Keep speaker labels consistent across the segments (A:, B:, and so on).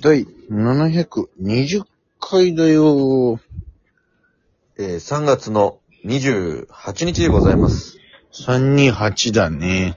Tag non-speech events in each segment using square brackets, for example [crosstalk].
A: 第720回だよ。
B: えー3月の28日でございます。
A: 328だね。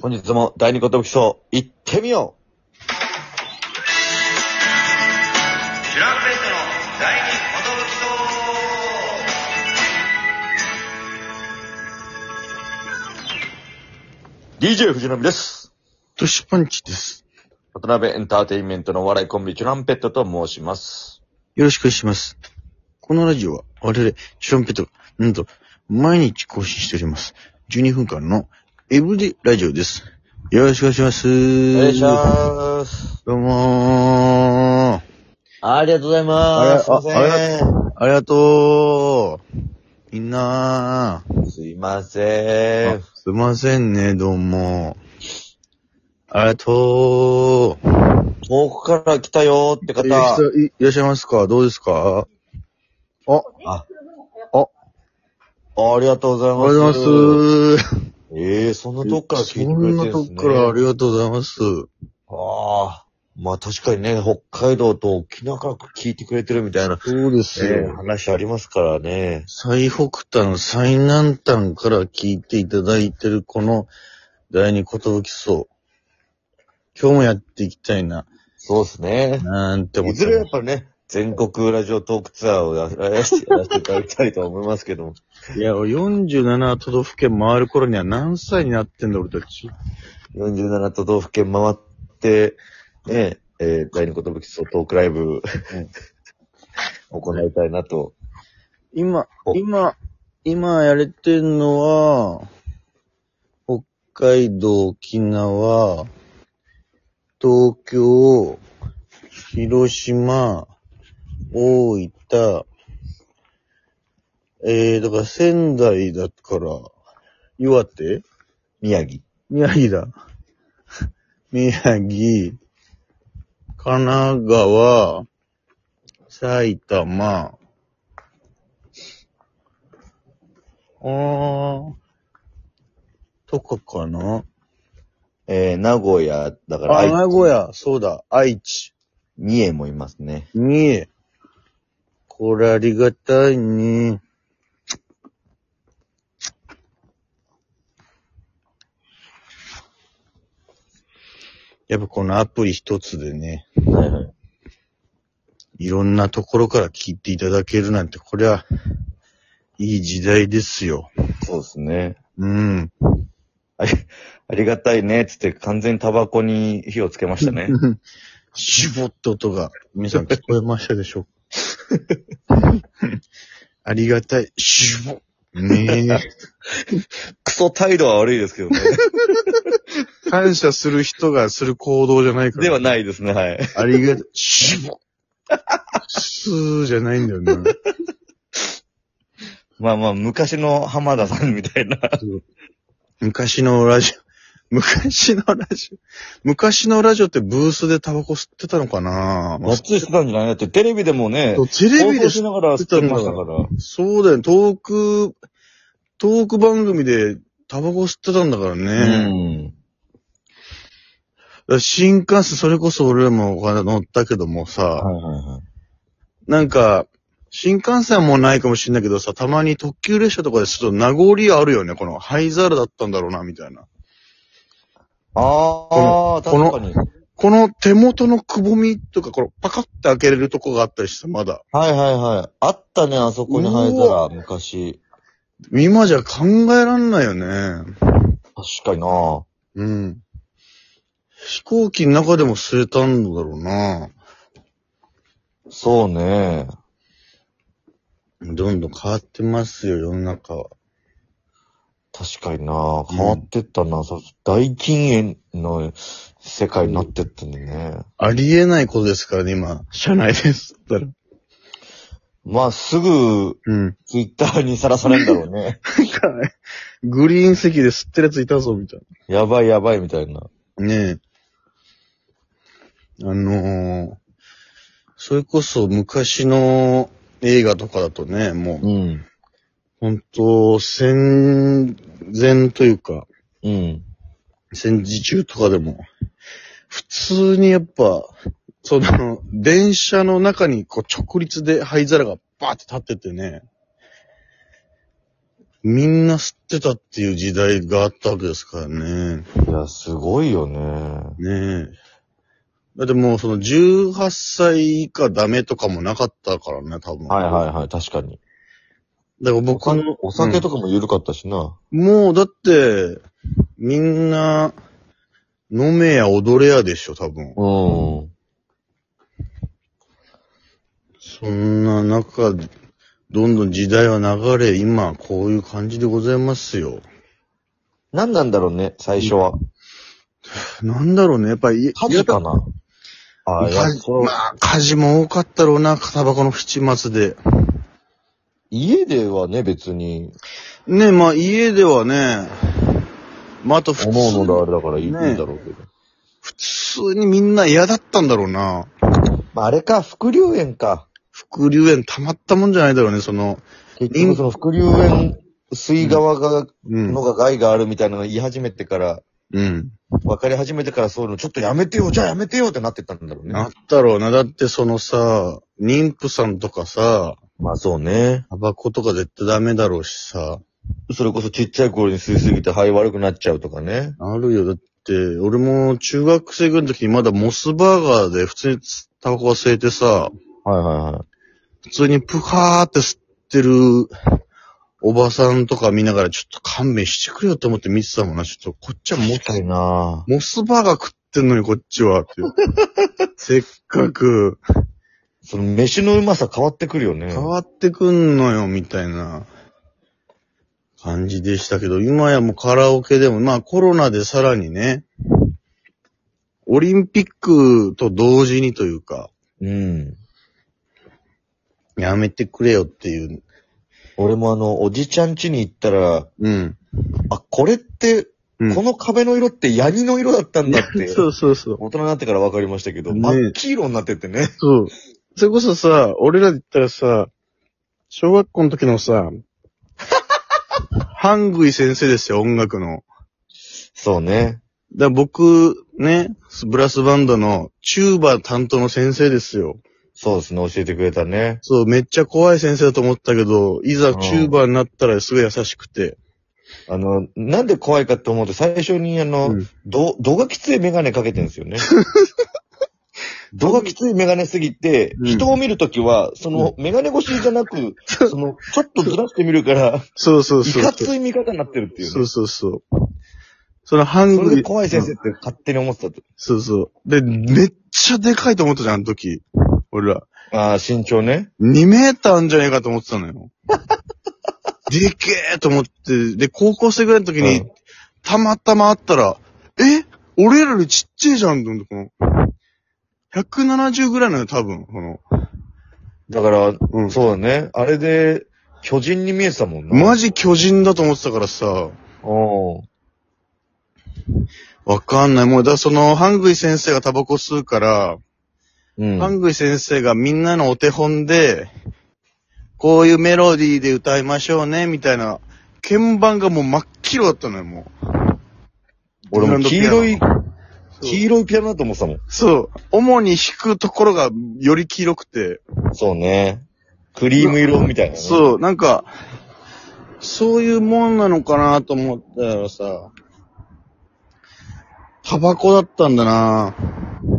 B: 本日も第二言武賞、行ってみようシュランペットの第二言武賞 !DJ 藤波です。
A: トシパンチです。
B: 渡辺エンターテインメントのお笑いコンビ、チュランペットと申します。
A: よろしくお願いします。このラジオは、我々、チュランペットが、なんと、毎日更新しております。12分間のエブリデイラジオです。よろしくお願いします。
B: お願いします。
A: どうもー。
B: ありがとうございます。
A: あ
B: すいません。
A: ありがとう。みんなー。
B: すいませ
A: あ
B: ん。
A: すいませんね、どうも。ありがとう。
B: 遠くから来たよーって
A: えー
B: 方。
A: 人いいらっしゃいますかどうですかあ、
B: あ、
A: あ、
B: ありがとうござい
A: お
B: ま
A: は
B: す。
A: ようございます。
B: ええそんなとこから聞いて
A: そ
B: くれ
A: んな
B: てるん
A: と
B: です
A: こ
B: ね。
A: からありがとうございます。
B: ああ。まあ確かにね、北海道と沖縄から聞いてくれてるみたいな、
A: そうです
B: ええ
A: よ。
B: 話ありますからね。
A: 最北端、最南端から聞いていただいてるこの第二ことぶきそう。今日もやっていきたいな、
B: そうですね。
A: なんて思
B: い
A: って
B: ずれやっ
A: ま
B: ぱね、全国ラジオトークツアーをやらせてやらせていただきたいと思いますけども。
A: す。いや、47都道府県回る頃には何歳になってんだ、俺たち。
B: 47都道府県回って、ね、えー、第二言武器トークライブ、行いたいなと。
A: 今
B: お、
A: 今、今やれてんのは、北海道、沖縄、東京、広島、大分、えー、だから仙台だから、岩手
B: 宮城。
A: 宮城だ。 [laughs] 宮城、神奈川、埼玉、あー、とかかな
B: えー、名古屋、だから
A: あ、
B: 愛知、
A: 名古屋、そうだ、愛知、
B: 三重もいますね。
A: 三重。これありがたいね。やっぱこのアプリ一つでね、
B: はいはい。
A: いろんなところから聞いていただけるなんて、これは、いい時代ですよ。
B: そうですね。
A: うん。
B: あり、ありがたいね、つって完全にタバコに火をつけましたね。
A: シュボッと音が、皆さん聞こえましたでしょうか [laughs] ありがたい。シュボッ。ね
B: クソ態度は悪いですけ [laughs] どね。
A: え。感謝する人がする行動じゃないから。
B: ではないですね、はい。
A: ありがたい。シュボッ。スーじゃないんだよな。
B: まあまあ、昔の浜田さんみた [laughs] いな。
A: 昔のラジオ。昔のラジオ。昔のラジオってブースでタバコ吸ってたのかな
B: がっつりしてたんじゃないだって、テレビでもね、
A: テレビ
B: 放
A: で
B: 送しながら吸ってましたから。
A: そうだよ、トーク、トーク番組でタバコ吸ってたんだからね。だか
B: うん。
A: ら新幹線、それこそ俺らも乗ったけどもさ、
B: はいはいはい。
A: なんか、新幹線はもうないかもしれないけどさ、たまに特急列車とかでちょっと名残あるよね。この灰皿だったんだろうな、みたいな。
B: ああ、
A: この
B: 確かに。
A: この手元のくぼみとか、これパカって開けれるとこがあったりして、まだ。
B: はいはいはい。あったね、あそこに灰
A: う
B: 皿、昔。
A: 今じゃ考えらんないよね。
B: 確かにな。
A: うん。飛行機の中でも吸えたんだろうな。
B: そうね。
A: どんどん変わってますよ、世の中は。
B: 確かにな変わってったな、そう大禁煙の世界になってったんでね。
A: ありえないことですからね、今。社内です。だら。
B: まあ、すぐ、
A: うん。
B: ツイッターにさらされるんだろう [laughs] ね。
A: [laughs] グリーン席で吸ってるやついたぞ、みたい
B: やばいやばいみたいな。
A: な。ねえ。あのー、それこそ昔の映画とかだとね、もう、
B: うん。
A: 本当戦前というか、
B: うん。
A: 戦時中とかでも、普通にやっぱ、その、電車の中にこう直立で灰皿がバーって立っててね、みんな吸ってたっていう時代があったわけですからね。
B: いや、すごいよね。
A: ねえ。だってもうその18歳以下ダメとかもなかったからね、多分。
B: はいはいはい、確かに。
A: い。だから僕
B: 他
A: の
B: の、お酒とかも緩かったしな。
A: もうだって、みんな、飲めや踊れやでしょ、多分。
B: うん。
A: そんな中、どんどん時代は流れ、今、こういう感じでございますよ。
B: 何なんだろうね、最初は。
A: なんだろうね、やっぱり、
B: 火事かなああ、いや
A: 火事
B: そう
A: まあ、火事も多かったろうな、タバコの七末で。
B: 家ではね、別に、
A: ね、まあ、家ではね、まあ、あと普
B: 思
A: 通
B: うのであれだからいい,、
A: ね
B: んだろうけど。
A: 普通にみんな嫌だったんだろうな。
B: まあ、あれか、副流炎か。
A: 副流炎たまったもんじゃないだろうね、その、
B: 結局その副流炎、水側が、
A: うん
B: の。が害があるみたいなの言い始めてから、
A: うん。
B: 分かり始めてからそういうの、ちょっとやめてよ、じゃあやめてよってなってったんだろうね。
A: なったろうな。だってそのさ、妊婦さんとかさ、
B: まあそうね。
A: タバコとか絶対ダメだろうしさ。
B: それこそちっちゃい頃に吸いすぎて肺悪くなっちゃうとかね。
A: あるよ。だって、俺も中学生ぐらいの時にまだモスバーガーで普通にタバコが吸えてさ、
B: はいはいはい。
A: 普通にプカーって吸ってるおばさんとか見ながらちょっと勘弁してくれよと思って見てたもんな。ちょっとこっちはモ
B: もったいな
A: モスバーガー食ってんのにこっちはって [laughs] いう。せっかく
B: その飯のうまさ変わってくるよね。
A: 変わってくんのよみたいな感じでしたけど、今やもうカラオケでも、まあコロナでさらにね、オリンピックと同時にというか、
B: うん。
A: やめてくれよっていう。
B: 俺もあの、おじちゃん家に行ったら、
A: うん。
B: あ、これって、
A: うん
B: この壁の色ってヤニの色だったんだ [laughs] って、
A: そうそうそう。
B: 大人になってから分かりましたけど、
A: ね
B: 真っ黄色になっててね。
A: そう。それこそさ、俺らで言ったらさ、小学校の時の [laughs] さ、ハングイ先生ですよ、音楽の。
B: そうね。
A: だから僕、ね、ブラスバンドのチューバー担当の先生ですよ。
B: そうですね、教えてくれたね。
A: そう、めっちゃ怖い先生だと思ったけど、いざ
B: うん
A: チューバーになったらすごい優しくて。
B: あの、なんで怖いかって思うと、最初にあの、
A: うん
B: ど、度がきついメガネかけてるんで
A: [laughs]
B: すよね。度がきついメガネすぎて、
A: うん
B: 人を見るときは、その、メガネ越しじゃなく、その、ちょっとずらして見るから、
A: そうそう
B: い
A: そう。
B: かつい見方になってるっていう
A: そ
B: ね。
A: うそうそう。そのハン
B: そ
A: グ
B: れ
A: イ
B: で。怖い先生って勝手に思ってたと。
A: そうそう。で、めっちゃでかいと思ったじゃん、あの時。俺ら。
B: ああ、身長ね。
A: 2メーターあんじゃねえかと思ってたの
B: [laughs]
A: よ。でけえと思って、で、高校生ぐらいの時に、
B: うん
A: たまたま会ったら、え俺らよりちっちゃいじゃんと思って、この、170ぐらいなのよ、多分、この。
B: だから、
A: うん
B: そうだね。あれで、巨人に見えてたもんな。
A: マジ巨人だと思ってたからさ、
B: おう
A: わかんない。もう、だからその、ハングイ先生がタバコ吸うから、
B: うん。
A: ハングイ先生がみんなのお手本で、こういうメロディーで歌いましょうね、みたいな、鍵盤がもう真っ黄色だったのよ、もう。
B: 俺も黄色い、
A: そう
B: 黄色いピアノだと思ってたもん。
A: そう。主に弾くところがより黄色くて。
B: そうね。クリーム色みたいな、ね。う。
A: そう、なんか、そういうもんなのかなと思ったらさ、タバコだったんだな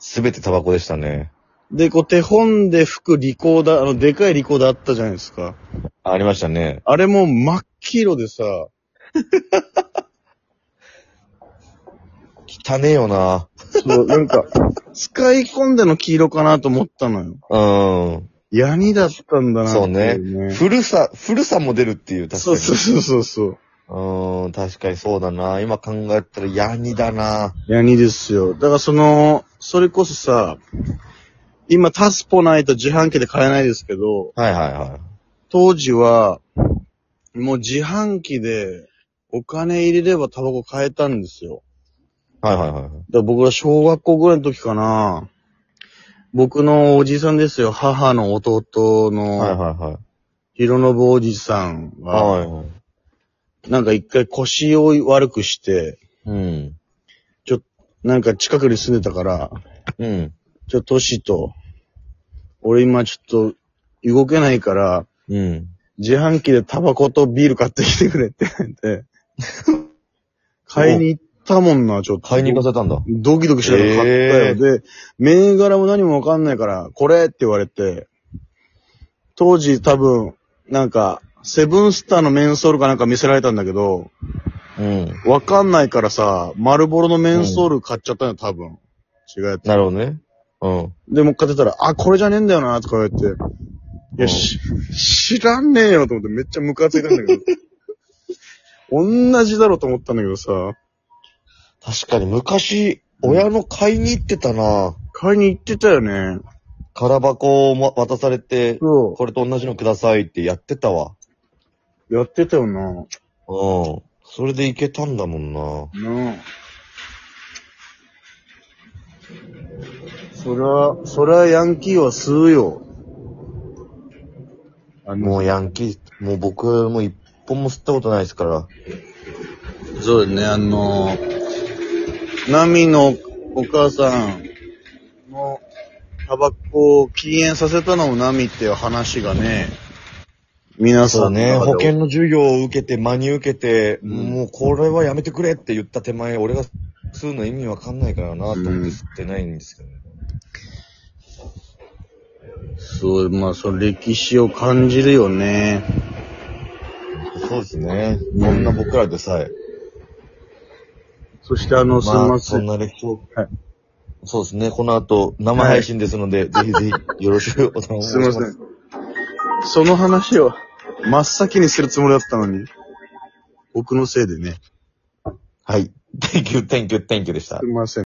B: すべてタバコでしたね。
A: で、こう手本で吹くリコーダー、あの、でかいリコーダーあったじゃないですか。
B: ありましたね。
A: あれも真っ黄色でさ、
B: 汚ねえよな。
A: そう、なんか、使い込んでの黄色かなと思ったのよ。
B: うん。
A: ヤニだったんだなってい
B: そうね。古さ、古さも出るっていう、確か
A: そう
B: に。
A: そうそうそうそう。
B: うん、確かにそうだな。今考えたらヤニだな。
A: ヤニですよ。だからその、それこそさ、今タスポないと自販機で買えないですけど、
B: はいはいはい。
A: 当時は、もう自販機でお金入れればタバコ買えたんですよ。
B: はいはいはい。
A: だから僕が小学校ぐらいの時かな、僕のおじさんですよ、母の弟
B: はい
A: の、
B: はいはい。
A: 広信おじさんが、
B: はいはい。
A: なんか一回腰を悪くして、
B: うん。
A: ちょっなんか近くに住んでたから、
B: うん。
A: ちょ、トシと、俺今ちょっと動けないから、
B: うん。
A: 自販機でタバコとビール買ってきてくれって言
B: [laughs]
A: って、買いに行ったもんな、ちょっと。
B: 買いに行かせたんだ。
A: ドキドキしながら買ったよ。
B: え
A: で、銘柄も何もわかんないから、これって言われて、当時多分、なんか、セブンスターのメンソールかなんか見せられたんだけど、
B: うん。
A: わかんないからさ、丸ボロのメンソール買っちゃったよ、多分。違うやつ。
B: なるほどね。うん。
A: で、もう買ってたら、あ、これじゃねえんだよな、とか言って。いや、し、知らんねえよと思ってめっちゃムカついたんだ [laughs] けど。同じだろうと思ったんだけどさ、
B: 確かに昔、親の買いに行ってたな
A: 買いに行ってたよね。
B: 空箱をも渡されて、
A: そ
B: これと同じのくださいってやってたわ。
A: う。やってたよな。
B: うん。それで行けたんだもんな
A: なあ。そりゃ、そりゃヤンキーは吸うよ。あ
B: も
A: の、
B: うヤンキー、もう僕も一本も吸ったことないですから。
A: そうだね、あの、ナミのお母さんのタバコを禁煙させたのもナミっていう話がね、皆
B: そ
A: さ
B: うんね。
A: の
B: 保
A: 中で
B: 険の授業を受けて、真に受けて、
A: ん
B: もうこれはやめてくれって言った手前、俺が吸うの意味わかんないからなと思って
A: うん
B: 吸ってないんですけどね。
A: そう、まあ、その歴史を感じるよね。
B: そうですね。こんな僕らでさえ。
A: そしてあの、すい
B: ま
A: ま
B: あ、
A: せ
B: そ
A: ん
B: ん。な歴史を
A: はい。
B: そうですね。この後、生配信ですので、ぜひぜひ、よろしくお頼みし
A: す
B: ま
A: い
B: す。
A: ません。その話を真っ先にするつもりだったのに、僕のせいでね。
B: はい。Thank you, thank you, thank you でした
A: すい。ません。